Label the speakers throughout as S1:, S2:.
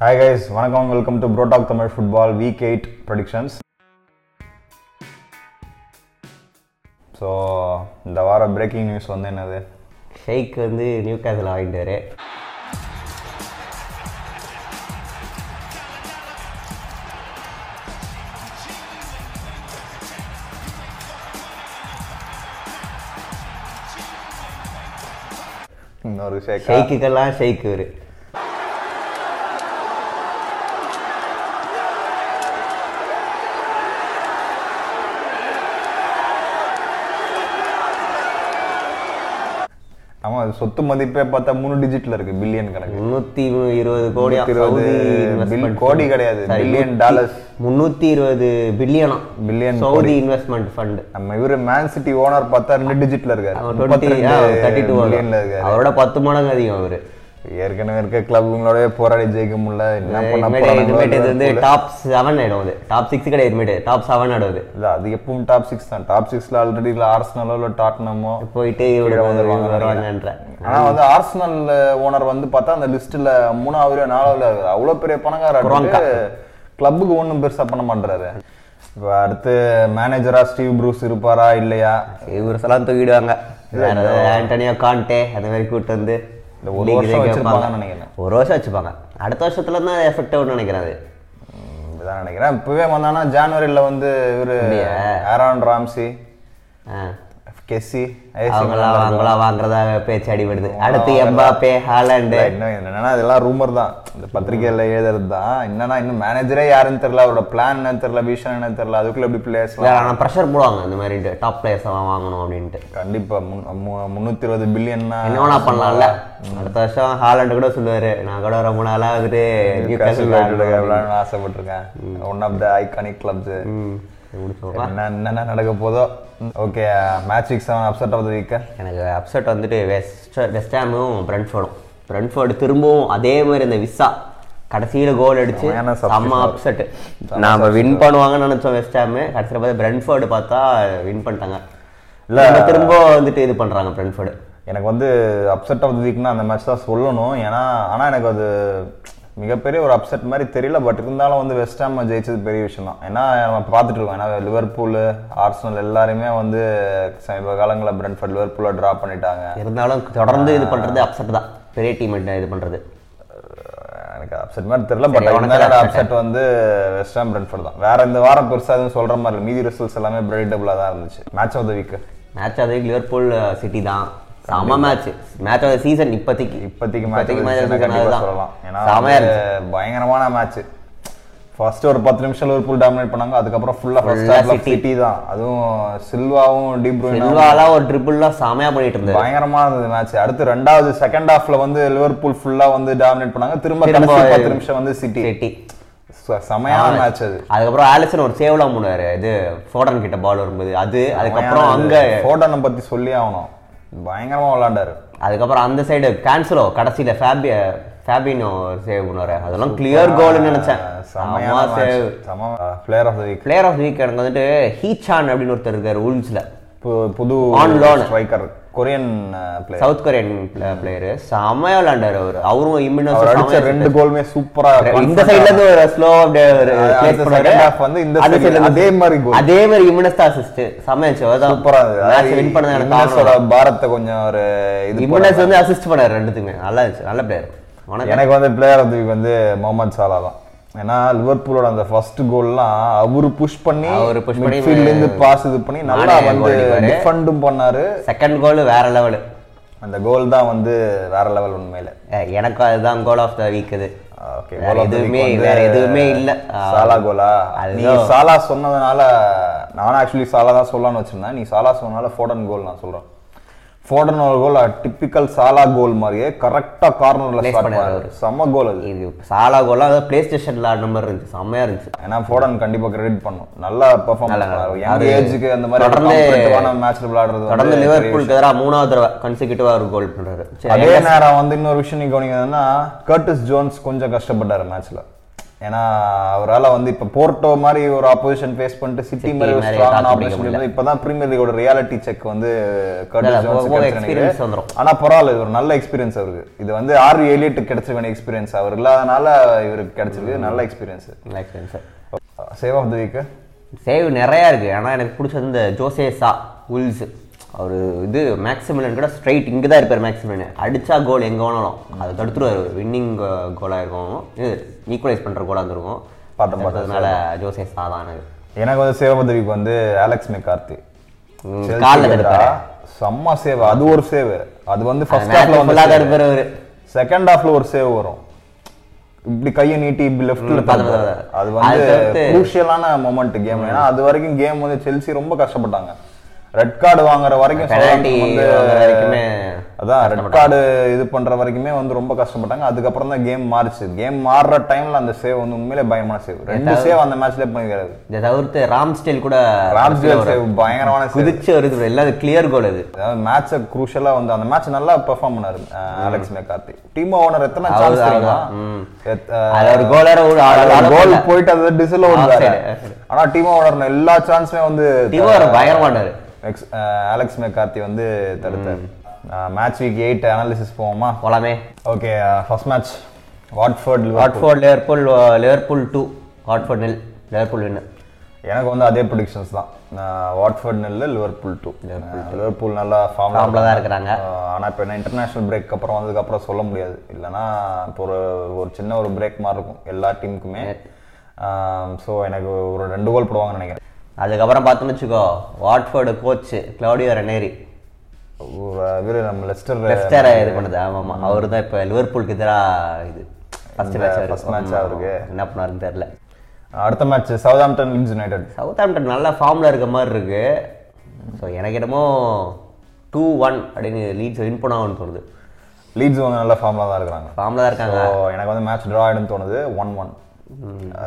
S1: Hi guys வணக்கம் welcome to protalk Tamil football week eight predictions so இந்த வார breaking news வந்து என்னது
S2: ஷேக் வந்து நியூ கேசல் வாங்கிட்டாரு
S1: இன்னொரு ஷேக்கா
S2: ஷேக்குக்கெல்லாம் ஷேக் இவர்
S1: ஆமாம் சொத்து மதிப்பே பார்த்தா மூணு டிஜிட்டில் இருக்குது பில்லியன் கணக்கு
S2: முந்நூற்றி இருபது கோடி
S1: முந்நூத்தி இருபது bill- கோடி கிடையாது, billion dollars.
S2: முந்நூற்றி இருபது பில்லியனா
S1: Billion
S2: சவுதி இன்வெஸ்ட்மென்ட் ஃபண்டு
S1: நம்ம இவர் மேன் சிட்டி ஓனர் பார்த்தா ரெண்டு டிஜிட்டில் இருக்காரு
S2: டுவெண்ட்டி தேர்ட்டி டூ
S1: பில்லியனில் இருக்காரு
S2: அதோட பத்து மடங்கு அதிகம் அவர்
S1: ஏற்கனவே இருக்க கிளப்புங்களோடய போராடி ஜெயிக்க முடியல என்ன பண்ண
S2: இனிமேட்டு இது வந்து
S1: போகிறாங்க
S2: டாப் செவன் ஆயிடும் அது டாப் சிக்ஸ் கிடையாது இனிமேட்டு டாப் செவன் ஆயிடும் அது
S1: இல்லை அது எப்பவும் டாப் சிக்ஸ் தான் டாப் சிக்ஸில் ஆல்ரெடி இல்லை ஆர்ஸ்னலோ இல்லை டாட்னமோ
S2: போயிட்டு
S1: கீழே
S2: இவரு
S1: வந்துருவாங்க.
S2: வருவாங்கன்ற
S1: ஆனா வந்து ஆர்சனல் ஓனர் வந்து பார்த்தா அந்த லிஸ்ட்ல மூணாவது நாலாவது இருக்காரு. அவ்வளவு பெரிய பணக்காரர் கிளப்புக்கு ஒண்ணும் பெருசா பண்ண மாட்டாரு இப்போ அடுத்து மேனேஜரா ஸ்டீவ் ப்ரூஸ் இருப்பாரா இல்லையா
S2: இவர் எல்லாம் தூக்கிடுவாங்க வேற ஏதாவது ஆண்டனியோ காண்டே அந்த மாதிரி கூட்டு வந்து
S1: இந்த ஒரு
S2: league
S1: வருஷம்
S2: இதை
S1: வச்சிருப்பாங்கன்னு
S2: கேட்பாங்க.
S1: நினைக்கிறேன்.
S2: ஒரு வருஷம் வச்சுப்பாங்க அடுத்த வருஷத்துல தான் எஃபெக்ட் ஆகும்னு நினைக்கிறேன் அது
S1: ம், இப்படிதான் நினைக்கிறேன் இப்பவே வந்தானா ஜான்வரியில வந்து இவரு ஆரான் ராம்சி
S2: ஆ.
S1: கெஸ்ஸி ஐசி
S2: அவங்களா அவங்களா வாங்குறதா பேச்சு அடிபடுது அடுத்து எம்பாப்பே ஹாலண்டு
S1: இன்னும் என்னன்னா இதெல்லாம் ரூமர் தான் இந்த பத்திரிக்கையில எழுதுறது தான் என்னன்னா இன்னும் மேனேஜரே யாருன்னு தெரியல அவரோட பிளான் என்னன்னு தெரியல விஷன் என்னன்னு தெரியல அதுக்குள்ள எப்படி பிளேயர்ஸ்
S2: வேற ஆனால் ப்ரெஷர் போடுவாங்க இந்த மாதிரி டாப் பிளேயர்ஸ் எல்லாம் வாங்கணும் அப்படின்ட்டு
S1: கண்டிப்பா முன்- மு- முன்னூத்தி இருபது பில்லியன்னா
S2: என்ன வேணா பண்ணலாம்ல அடுத்த வருஷம் ஹாலண்டு கூட சொல்லுவாரு நான் கூட ரொம்ப நாளா வந்துட்டு நியூ கேசல்
S1: விளையாடணும்னு ஆசைப்பட்டிருக்கேன் one of the iconic clubs என்ன என்னென்ன நடக்க போதோ ஓகே மேட்சிக் செவன் அப்செட் ஆஃப் த வீக்க
S2: எனக்கு அப்செட் வந்துட்டு வெஸ்ட் வெஸ்ட் ஹாமும் பிரெண்ட்ஃபோர்டும் பிரெண்ட்ஃபோர்டு திரும்பவும் அதே மாதிரி இந்த விசா கடைசியில் கோல் அடிச்சு
S1: செமையான
S2: செம்ம அப்செட் நாம வின் பண்ணுவாங்கன்னு நினச்சோம் வெஸ்ட் ஹாம் கடைசியில் பார்த்தா பிரெண்ட்ஃபோர்டு பார்த்தா வின் பண்ணிட்டாங்க
S1: இல்ல.
S2: இல்லை திரும்ப வந்துட்டு இது பண்ணுறாங்க பிரெண்ட்ஃபோர்டு
S1: எனக்கு வந்து அப்செட் ஆஃப் த வீக்னா அந்த மேட்ச் தான் சொல்லணும் ஏன்னா ஆனால் எனக்கு அது மிகப்பெரிய ஒரு அப்செட் மாதிரி தெரியல பட் இருந்தாலும் வந்து வெஸ்ட் ஹாம் ஜெயிச்சது பெரிய விஷயம் தான் ஏன்னா நம்ம பார்த்துட்டு இருக்கோம் ஏன்னா லிவர்பூல் ஆர்சனல் எல்லாருமே வந்து சமீப காலங்களில் பிரெண்ட்ஃபர்ட் லிவர்பூலை ட்ரா பண்ணிட்டாங்க
S2: இருந்தாலும் தொடர்ந்து இது பண்ணுறது அப்செட் தான் பெரிய டீம் இது பண்ணுறது
S1: எனக்கு அப்செட் மாதிரி தெரியல பட் இருந்தாலும் அப்செட் வந்து வெஸ்ட் ஹாம் பிரெட்ஃபோர்ட் தான் வேற இந்த வாரம் பெருசா எதுவும் சொல்ற மாதிரி இல்ல. மீதி ரிசல்ட்ஸ் எல்லாமே ப்ரெடிட்டபிளாக தான் இருந்துச்சு match of the week
S2: match அது லிவர்பூல் சிட்டி தான் செம மேட்ச் மேட்ச் ஆஃப் சீசன் இப்போதைக்கு
S1: இப்போதைக்கு
S2: இப்போதைக்கு match
S1: match
S2: of the season
S1: கண்டிப்பாக
S2: அதுதான்.
S1: சொல்லலாம் ஏன்னா
S2: செமையா
S1: வந்து பயங்கரமான மேட்ச் ஃபர்ஸ்ட் ஒரு பத்து நிமிஷம் லிவர்பூல் டாமினேட் பண்ணாங்க அதுக்கப்புறம் ஃபுல்லா ஃபர்ஸ்ட் ஹாஃப்ல சிட்டி தான் அதுவும் சில்வாவும் டீப்ரூனும்
S2: செல்வாலாம் ஒரு ட்ரிபிள்லாம் செமையா பண்ணிட்டு இருந்தாரு
S1: பயங்கரமா இருந்தது மேட்ச் அடுத்து ரெண்டாவது செகண்ட் ஹாஃப்ல வந்து லிவர்பூல் ஃபுல்லா வந்து டாமினேட் பண்ணாங்க திரும்ப
S2: திரும்ப
S1: கடைசி பத்து நிமிஷம் வந்து சிட்டி
S2: சிட்டி
S1: ச- செமையான மேட்ச் அது
S2: அதுக்கப்புறம் ஆலிசன் ஒரு சேவ்லாம் பண்ணுவாரு இது ஃபோடன் கிட்ட பால் வரும்போது அது அதுக்கப்புறம் அங்க
S1: ஃபோட்டோனை பத்தி சொல்லி ஆகணும் பயங்கரமா விளையாண்டாரு
S2: அதுக்கப்புறம் அந்த சைடு கேன்சலோ கடைசியில ஃபேபி ஃபேபினோ சேவ் பண்ணுவாரு அதெல்லாம் கிளியர் கோல்னு நினைச்சேன்
S1: செமையான
S2: சேவ்
S1: match. uh, செம player of the week
S2: player of week எனக்கு வந்துட்டு ஹீச்சான் அப்படின்னு ஒருத்தர் இருக்காரு உல்ஸ்ல
S1: புது uh,
S2: On loan.
S1: Striker Korean player
S2: South Korean player செமையா விளையாண்டாரு அவரு அவரும்
S1: அவர் அடிச்ச
S2: இம்மினோஸ்
S1: ரெண்டு கோலுமே சூப்பரா
S2: இந்த சைடுல இருந்து ஒரு ஸ்லோ அப்படியே ஒரு
S1: அது
S2: place
S1: second
S2: பண்ணாரு.
S1: half வந்து இந்த
S2: அந்த
S1: side
S2: side ல இருந்து
S1: அதே மாதிரி goal.
S2: அதே மாதிரி இம்மினஸ் தான் அசிஸ்ட் சமைச்சு அதான்
S1: சூப்பரா
S2: மேட்ச் வின் பண்ணது எனக்கு
S1: இம்னஸோட பாரத்தை கொஞ்சம் ஒரு இது போல.
S2: இம்மினஸ் வந்து அசிஸ்ட் பண்ணாரு ரெண்டுத்துக்குமே நல்லா இருந்துச்சு நல்ல பிளேயர் வணக்கம்
S1: எனக்கு வந்து பிளேயர் ஆஃப் த வீக் வந்து முகமது சாலா தான் ஏன்னா லிவர்பூலோட அந்த ஃபர்ஸ்ட் கோல்லாம் அவரு புஷ் பண்ணி
S2: அவரு push பண்ணி
S1: midfield ல இருந்து பாஸ் இது பண்ணி நல்லா
S2: நானே
S1: வந்து
S2: goal அடிப்பாரு.
S1: டிஃபண்டும் பண்ணாரு
S2: செகண்ட் கோல் வேற லெவல்
S1: அந்த கோல் தான் வந்து வேற லெவல் உண்மையில
S2: எனக்கு அதுதான் கோல் ஆஃப் த வீக் இது
S1: ஓகே
S2: வேற எதுவுமே வேற எதுவுமே இல்ல
S1: சாலா கோலா நீ
S2: அதுதான்.
S1: சாலா சொன்னதுனால நானும் ஆக்சுவலி சாலா தான் சொல்லலாம்னு வச்சிருந்தேன் நீ சாலா சொன்னால ஃபோடன் கோல் நான் சொல்றேன் ஃபோடன் ஒரு கோல் டிப்பிக்கல் சாலா கோல் மாதிரியே கரெக்டா கார்னர்ல ஸ்டார்ட்
S2: பண்ணாரு
S1: பண்ணாரு செம்ம கோல் அது
S2: இது சாலா கோலாம் அதாவது பிளே ஸ்டேஷன்ல ஆடின மாதிரி இருந்துச்சு செம்மையா இருந்துச்சு
S1: ஏன்னா ஃபோடன் கண்டிப்பா கிரெடிட் பண்ணும் நல்லா பெர்ஃபார்ம்
S2: நல்லா
S1: பண்ணாரு
S2: அது
S1: யங் ஏஜுக்கு அந்த மாதிரி
S2: தொடர்ந்து-
S1: competitive-ஆன மேட்ச்ல விளையாடுறது வந்து
S2: தொடர்ந்து லிவர்பூலுக்கு எதிராக மூணாவது தடவை கன்சிக்யூட்டிவா ஒரு கோல் பண்றாரு சரி,
S1: அதே நேரம் வந்து இன்னொரு விஷயம் நீங்க கவனிக்கிறதுன்னா கர்டிஸ் ஜோன்ஸ் கொஞ்சம் கஷ்டப்பட்டாரு மேட்ச்ல ஏன்னா அவரால வந்து இப்போ போர்ட்டோ மாதிரி ஒரு ஆப்போசிஷன் ஃபேஸ் பண்ணிட்டு சிட்டி மாதிரி ஒரு
S2: மாதிரி
S1: ஸ்ட்ராங்கான
S2: தாக்கு பிடிக்க
S1: ஆப்போசிஷன் இப்போ தான் பிரீமியர் லீகோட ரியாலிட்டி செக் வந்து Curtis
S2: இல்ல,
S1: Jones
S2: போக போக
S1: கிடைச்சு எனக்கு.
S2: experience வந்துரும்.
S1: ஆனா பரவாயில்ல இது ஒரு நல்ல எக்ஸ்பீரியன்ஸ் அவருக்கு இது வந்து ஆறு ஏலியட்டு கிடைச்ச வேண்டிய எக்ஸ்பீரியன்ஸ் அவர் இல்லாதனால இவருக்கு கிடைச்சிருக்கு நல்ல எக்ஸ்பீரியன்ஸ்
S2: நல்ல experience
S1: save of the week
S2: save நிறையா இருக்குது ஆனால் எனக்கு பிடிச்சது இந்த ஜோசேசா உல்ஸ் அவர் இது மேக்ஸிமிலன் கூட ஸ்ட்ரைட் இங்கே தான் இருப்பார் மேக்ஸிமிலன் அடித்தா கோல் எங்கே வேணாலும் அதை தடுத்துருவார் வின்னிங் கோலாக இருக்கும் இது ஈக்குவலைஸ் பண்ணுற கோலாக இருந்திருக்கும்
S1: பார்த்தோம், பார்த்தோம்.
S2: பார்த்ததுனால ஜோசேசா தான் எனக்கு
S1: எனக்கு வந்து சேவ் ஆஃப் தி வீக் வந்து ஆலெக்ஸ் மெக்கார்த்தி
S2: ம், கால்ல தடுப்பாரு
S1: செம்ம சேவ் அது ஒரு சேவ் அது வந்து ஃபர்ஸ்ட்
S2: Match
S1: ஹாஃப்ல
S2: full ஆ
S1: வந்து
S2: தடுப்பாரு அவரு
S1: செகண்ட் ஹாஃப்ல ஒரு சேவ் வரும் இப்படி கையை நீட்டி இப்படி லெஃப்ட்ல
S2: ம், பார்த்தேன், பார்த்தேன், பார்த்தேன்.
S1: அது வந்து
S2: அது தவிர்த்து-
S1: குரூஷியலான மொமெண்ட் கேம் ஏன்னா அது வரைக்கும் கேம் வந்து செல்சி ரொம்ப கஷ்டப்பட்டாங்க ரெட் கார்டு வாங்குற வரைக்கும்
S2: பெனால்ட்டி
S1: சவுதாம்ப்டன் வந்து
S2: வரைக்குமே
S1: அதான் ரெட் கார்டு இது பண்ற வரைக்குமே வந்து ரொம்ப கஷ்டப்பட்டாங்க அதுக்கப்புறம் தான் கேம் மாறிச்சு கேம் மாறுற டைம்ல அந்த சேவ் வந்து உண்மையிலே பயமான சேவ் ரெண்டு சேவ் அந்த மேட்ச்ல பண்ணிக்கிறாரு
S2: இதை தவிர்த்து ராம் ஸ்டைல் கூட
S1: ராம்ஸ்டேல் சேவ் பயங்கரமான save.
S2: குதிச்சு வருது எல்லாம் கிளியர் கோல் அது
S1: அதாவது மேட்சை குரூஷியலா வந்து அந்த மேட்ச் நல்லா பெர்ஃபார்ம் பண்ணாரு அலெக்ஸ் மெக்கார்த்தி டீம் ஓனர் எத்தனை சான்ஸ்
S2: அவரு
S1: தெரியுமா
S2: தான். ம்.
S1: எத்- அஹ்,
S2: அது ஒரு கோலர் ஒரு
S1: கோல் போயிட்டு அது டிசில் ஓடுறாரு
S2: Offside, offside.
S1: ஆனா டீம் ஓனர் எல்லா சான்ஸுமே வந்து
S2: டிவர் பயங்கரமானார்
S1: ex- அஹ், அலெக்ஸ் மெக்கார்த்தி வந்து தடுத்தார் மேட்ச் வீக் எயிட் அனாலிசிஸ் போவோமா
S2: போலாமே
S1: okay first match Watford
S2: Watford Liverpool Liverpool two Watford nil Liverpool win
S1: எனக்கு வந்து அதே ப்ரொடிக்ஷன்ஸ் தான் வாட்ஃபோர்ட் நெல்ல லிவர்பூல் டூ லிவர்பூல் நல்லா ஃபார்ம்
S2: Formல தான் இருக்கிறாங்க.
S1: ஆனால் இப்போ என்ன இன்டர்நேஷனல் பிரேக் அப்புறம் வந்ததுக்கப்புறம் சொல்ல முடியாது இல்லைன்னா இப்போ ஒரு ஒரு சின்ன ஒரு பிரேக் மாதிரி இருக்கும் எல்லா டீமுக்குமே ஸோ எனக்கு ஒரு ரெண்டு கோல் போடுவாங்கன்னு நினைக்கிறேன்
S2: அதுக்கப்புறம் பார்த்தோம்னு வச்சுக்கோ வாட்ஃபோர்டு கோச் கிளவுடியோ ரெனேரி
S1: ஒரு இவரு நம்ம லெஸ்டர்
S2: லெஃப்டரை இது பண்ணுது ஆமாம் ஆமாம் அவர் தான் இப்போ லிவர்பூலுக்கு எதிராக இது ஃபர்ஸ்ட் மேட்ச்
S1: first match அவருக்கு.
S2: என்ன பண்ணாருன்னு தெரில
S1: அடுத்த match Southampton Leeds United
S2: Southampton நல்லா ஃபார்மில் இருக்க மாதிரி இருக்கு ஸோ எனக்கு என்னமோ டூ ஒன் அப்படின்னு லீட்ஸ் வின் பண்ணாங்கன்னு தோணுது
S1: லீட்ஸ் வந்து நல்ல ஃபார்மில் தான் இருக்கிறாங்க
S2: ஃபார்மில் தான் இருக்காங்க
S1: So, எனக்கு வந்து மேட்ச் ட்ரா ஆயிடும் தோணுது ஒன் ஒன்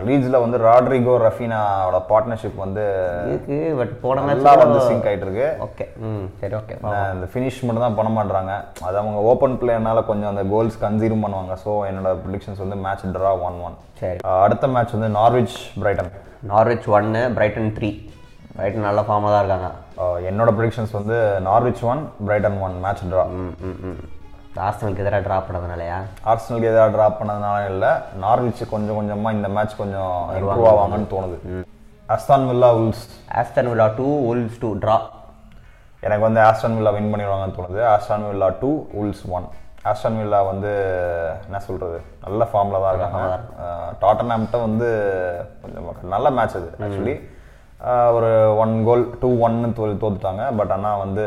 S1: லீட்ஸில் வந்து ராட்ரிகோ ரஃபீனாவோட பார்ட்னர்ஷிப் வந்து
S2: இருக்கு பட் போன
S1: நல்லா
S2: மேட்ச்
S1: வந்து சிங்க் ஆயிட்டு இருக்கு
S2: ஓகே ம் சரி ஓகே
S1: நான் இந்த ஃபினிஷ் மட்டும் தான் பண்ண மாட்டாங்க அது அவங்க ஓப்பன் பிளேயர்னால கொஞ்சம் அந்த கோல்ஸ் கன்சியூம் பண்ணுவாங்க ஸோ என்னோட ப்ரிடிக்ஷன்ஸ் வந்து மேட்ச் ட்ரா ஒன் ஒன்
S2: சரி
S1: அடுத்த மேட்ச் வந்து நார்விச் பிரைட்டன்
S2: நார்வெச் ஒன்று பிரைட்டன் த்ரீ பிரைட்டன் நல்ல ஃபார்மாக தான் இருக்காங்க
S1: என்னோட ப்ரிடிக்ஷன்ஸ் வந்து Norwich one Brighton one match draw
S2: ம் ம் ம் ஆர்சனலுக்கு எதிராக ட்ராப் பண்ணதுனாலயா
S1: ஆர்சனலுக்கு எதாவது ட்ரா பண்ணதுனால இல்லை நார்விச் கொஞ்சம் கொஞ்சமாக இந்த மேட்ச் கொஞ்சம் இம்ப்ரூவ் ஆவாங்கன்னு தோணுது Aston Villa Wolves
S2: Aston Villa two Wolves two draw
S1: எனக்கு வந்து ஆஸ்டன் வில்லா வின் பண்ணிடுவாங்கன்னு தோணுது Aston Villa two Wolves one Aston Villa வந்து என்ன சொல்றது நல்ல ஃபார்மில் தான் இருக்காங்க டாட்டனாம்கிட்ட வந்து கொஞ்சம் நல்ல மேட்ச் அது ஆக்சுவலி ஒரு ஒன் கோல் டூ ஒன்னு தோல் தோத்துட்டாங்க பட் ஆனால் வந்து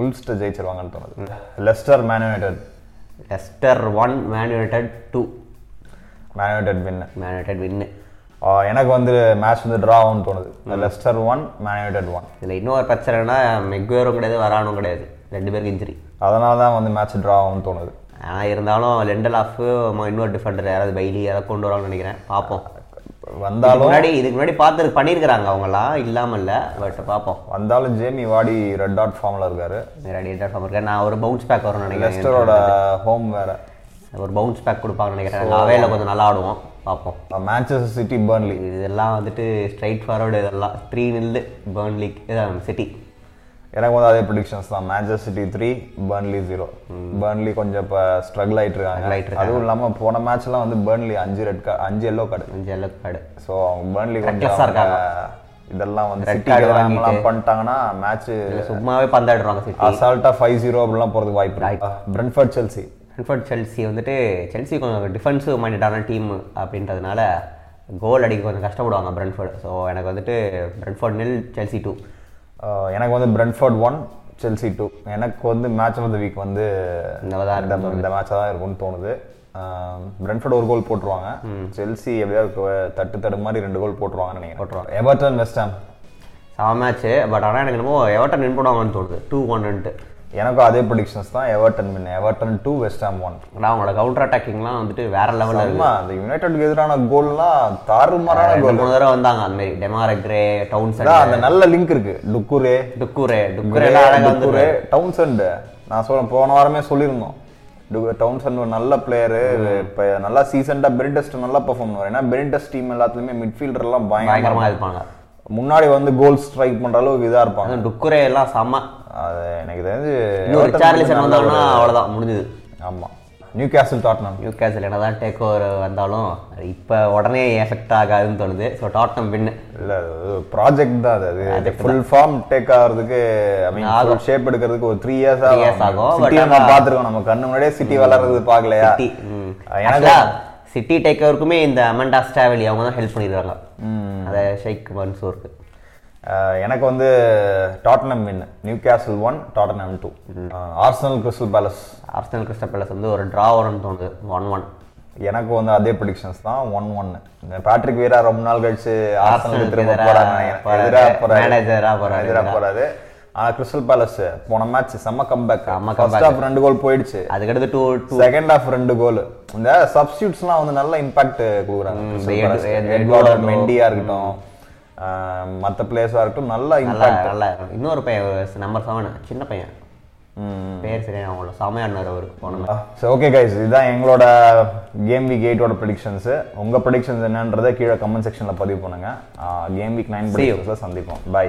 S1: உல்ஸ்ட்டு ஜெயிச்சிருவாங்கன்னு தோணுது Leicester Man United
S2: Leicester one Man United two
S1: Man United win
S2: Man United win
S1: எனக்கு வந்து மேட்ச் வந்து ட்ரா ஆகும்னு தோணுது Leicester one Man United one
S2: இதில் இன்னொரு பிரச்சனைனா மெக்வேரும் கிடையாது வரானும் கிடையாது ரெண்டு பேருக்கு இன்ஜுரி
S1: அதனால தான் வந்து மேட்ச் ட்ரா ஆகும்னு தோணுது
S2: ஆனால் இருந்தாலும் லெண்டல் ஆஃப் இன்னொரு டிஃபெண்டர் யாராவது பைலி யாராவது கொண்டு வராங்கன்னு நினைக்கிறேன் பார்ப்போம் இதுக்கு
S1: வந்தாலும்
S2: முன்னாடி இதுக்கு முன்னாடி பார்த்து பண்ணியிருக்கிறாங்க அவங்களாம் இல்லாமல் இல்லை பட் பார்ப்போம்
S1: வந்தாலும் ஜேமி வாடி ரெட் டாட் ஃபார்ம்ல இருக்காரு
S2: ரெடி ஃபார்ம் இருக்கேன் நான் ஒரு பவுன்ஸ் பேக் வரும்னு நினைக்கிறேன்
S1: லெஸ்டரோட ஹோம் வேற
S2: ஒரு பவுன்ஸ் பேக் கொடுப்பாங்கன்னு நினைக்கிறேன் அவையில் கொஞ்சம் நல்லா ஆடுவோம் பார்ப்போம்
S1: மேன்செஸ்டர் சிட்டி பர்ன்லி
S2: இதெல்லாம் வந்துட்டு ஸ்ட்ரைட் ஃபார்வர்டு இதெல்லாம் த்ரீ நில்லு பர்ன்லி சிட்டி
S1: எனக்கு வந்து அதே ப்ரிடிக்ஷன்ஸ் தான் Manchester City three Burnley zero Burnley கொஞ்சம் இப்போ ஸ்ட்ரகிள் ஆயிட்டு
S2: ஆயிட்டு
S1: இருக்காங்க அதுவும் இல்லாம போன மேட்ச்லாம் வந்து பர்ன்லி அஞ்சு ரெட் கார்டு அஞ்சு எல்லோ கார்டு
S2: கொஞ்சம் எல்லோக்கு கார்டு
S1: ஸோ அவங்க பர்ன்லி கொஞ்சம்
S2: Reckless-ஆ இருக்காங்க.
S1: அவங்க இதெல்லாம் வந்து
S2: Red
S1: சிட்டி
S2: card
S1: எல்லாம்
S2: வாங்கிட்டு.
S1: பண்ணிட்டாங்கன்னா மேட்ச்
S2: சும்மாவே பந்தாடுறாங்க சிட்டி
S1: அசால்ட்டா ஃபைவ் ஜீரோ அப்படிலாம் போறதுக்கு வாய்ப்பு இருக்கு பிரென்ஃபர்ட் செல்சி
S2: ஃபிரண்ட்ஃபோர்ட் செல்சி வந்துட்டு செல்சி கொஞ்சம் டிஃபென்சிவ் மைண்டடான டீம் அப்படின்றதுனால கோல் அடிக்க கொஞ்சம் கஷ்டப்படுவாங்க பிரென்ஃபோர்டு ஸோ எனக்கு வந்துட்டு பிரென்ஃபோர்ட் நில் செல்சி டூ
S1: அஹ் எனக்கு வந்து பிரென்ஃபர்ட் ஒன் செல்சி டூ எனக்கு வந்து மேட்ச் ஆஃப் த வீக் வந்து
S2: இந்த தான்
S1: இந்த இந்த மேட்சாக தான் இருக்கும்னு தோணுது பிரென்ஃபர்ட் ஒரு கோல் போட்டுருவாங்க செல்சி எப்படியாவது கு- தட்டு தடு மாதிரி ரெண்டு கோல் போட்டுருவாங்கன்னு நினைக்கிறேன் போட்டுருவாங்க எவர்டன் வெஸ்டாம்
S2: செம மேட்ச்சு பட் ஆனால் எனக்கு என்னமோ எவர்டன் வின் பண்ணுவாங்கன்னு தோணுது டூ ஒன்னுட்டு
S1: எனக்கும் அதே ப்ரொடிக்ஷன்ஸ் தான் Everton win Everton two West Ham one
S2: ஆனால் அவங்களோட கவுண்டர் அட்டாக்கிங்லாம் வந்துட்டு வேற லெவலில் இருக்கு
S1: ஆமா அந்த யுனைடெட்க்கு எதிரான கோல்லாம் தாறுமாறான
S2: ரெண்டு
S1: கோல்
S2: மூணு தடவை வந்தாங்க அந்த மாதிரி டெமாரக்ரே டவுன்
S1: அதான் அந்த நல்ல லிங்க் இருக்கு டுக்குரே
S2: டுக்குரே டுக்குரே எல்லாம் அழகாக வந்து
S1: டுக்குரே டவுன்சண்ட் நான் சொல்ல போன வாரமே சொல்லியிருந்தோம் டவுன்சன் ஒரு நல்ல பிளேயரு இப்போ நல்லா சீசன்டா பெரிண்டஸ்ட் நல்லா பெர்ஃபார்ம் பண்ணுவார் ஏன்னா பெரிண்டஸ்ட் டீம் எல்லாத்துலயுமே midfielder எல்லாம் பயங்கரமா
S2: பயங்கரமாக இருப்பாங்க
S1: முன்னாடி வந்து கோல் ஸ்ட்ரைக் பண்ற அளவுக்கு இதா இருப்பாங்க
S2: அதுவும் டுக்குரே எல்லாம் செம்ம
S1: அது எனக்கு தெரிஞ்சு
S2: இன்னொரு
S1: Everton
S2: சார்லிசன்
S1: நல்ல ஒரு-
S2: வந்தாங்கன்னா அவ்வளோதான் முடிஞ்சுது
S1: ஆமா Newcastle Tottenham
S2: Newcastle என்ன தான் டேக் ஓவர் வந்தாலும் இப்போ உடனே எஃபெக்ட் ஆகாதுன்னு தோணுது ஸோ டாட்டம் வின்னு
S1: இல்ல ப்ராஜெக்ட் தான் அது அது ஃபுல் ஃபார்ம் டேக் ஆகிறதுக்கு ஐ மீன் ஷேப் எடுக்கிறதுக்கு ஒரு த்ரீ இயர்ஸ்
S2: years ஆகும்.
S1: ஆகும்
S2: But
S1: சிட்டி நம்ம பார்த்துருக்கோம் நம்ம கண்ணு முன்னாடியே சிட்டி வளர்றது பார்க்கலையா எனக்கு
S2: சிட்டி டேக் ஓவருக்குமே இந்த அமெண்டா ஸ்டாவலி அவங்க தான் ஹெல்ப் பண்ணிடுறாங்க அதை ஷேக் மன்சூருக்கு
S1: அஹ், எனக்கு வந்து Tottenham win Newcastle one Tottenham two Arsenal Crystal Palace
S2: Arsenal Crystal Palace வந்து ஒரு ட்ரா வரும்னு தோணுது ஒன் ஒன்
S1: எனக்கு வந்து அதே ப்ரிடிக்ஷன்ஸ் தான் ஒன் ஒன் இந்த பேட்ரிக் வீரா ரொம்ப நாள் கழிச்சு ஆர்சனல்
S2: ஆர்சனலுக்கு
S1: திரும்ப
S2: எதிரா
S1: போறாங்க நினைக்கிறேன்.
S2: போறாரு.
S1: எதிரா போறாரு
S2: மேனேஜரா போறாரு.
S1: எதிரா போறாரு ஆனா கிறிஸ்டல் பேலஸ் போன மேட்ச் செம்ம கம்பேக்
S2: செம்ம
S1: ஃபர்ஸ்ட் ஹாஃப் ரெண்டு கோல் போயிடுச்சு
S2: அதுக்கடுத்து டூ டூ
S1: செகண்ட் ஹாஃப் ரெண்டு கோல் இந்த சப்ஸ்டியூட்ஸ்லாம் வந்து நல்ல இம்பாக்ட்
S2: இந்த எட்-
S1: கொடுக்குறாங்க
S2: எட்-
S1: எட்வார்ட்
S2: எட்வார்டோ.
S1: மெண்டியா இருக்கட்டும் ஆஹ் மத்த பிளேயர்ஸா இருக்கட்டும் நல்ல
S2: நல்லா
S1: இம்பாக்ட்
S2: நல்லா இன்னொரு பையன் நம்பர் செவன் சின்ன பையன் பேர் சரியா அவங்கள செமையானார் அவர் போன
S1: சரி ஓகே கைஸ் இதுதான் எங்களோட கேம் வீக் எயிட்டோட ப்ரிடிக்ஷன்ஸ் உங்க ப்ரிடிக்ஷன்ஸ் என்னன்றதை கீழே கமெண்ட் செக்ஷன்ல பதிவு பண்ணுங்க கேம் வீக் நைன் ப்ரிடிக்ஷன்ஸில் சந்திப்போம் பை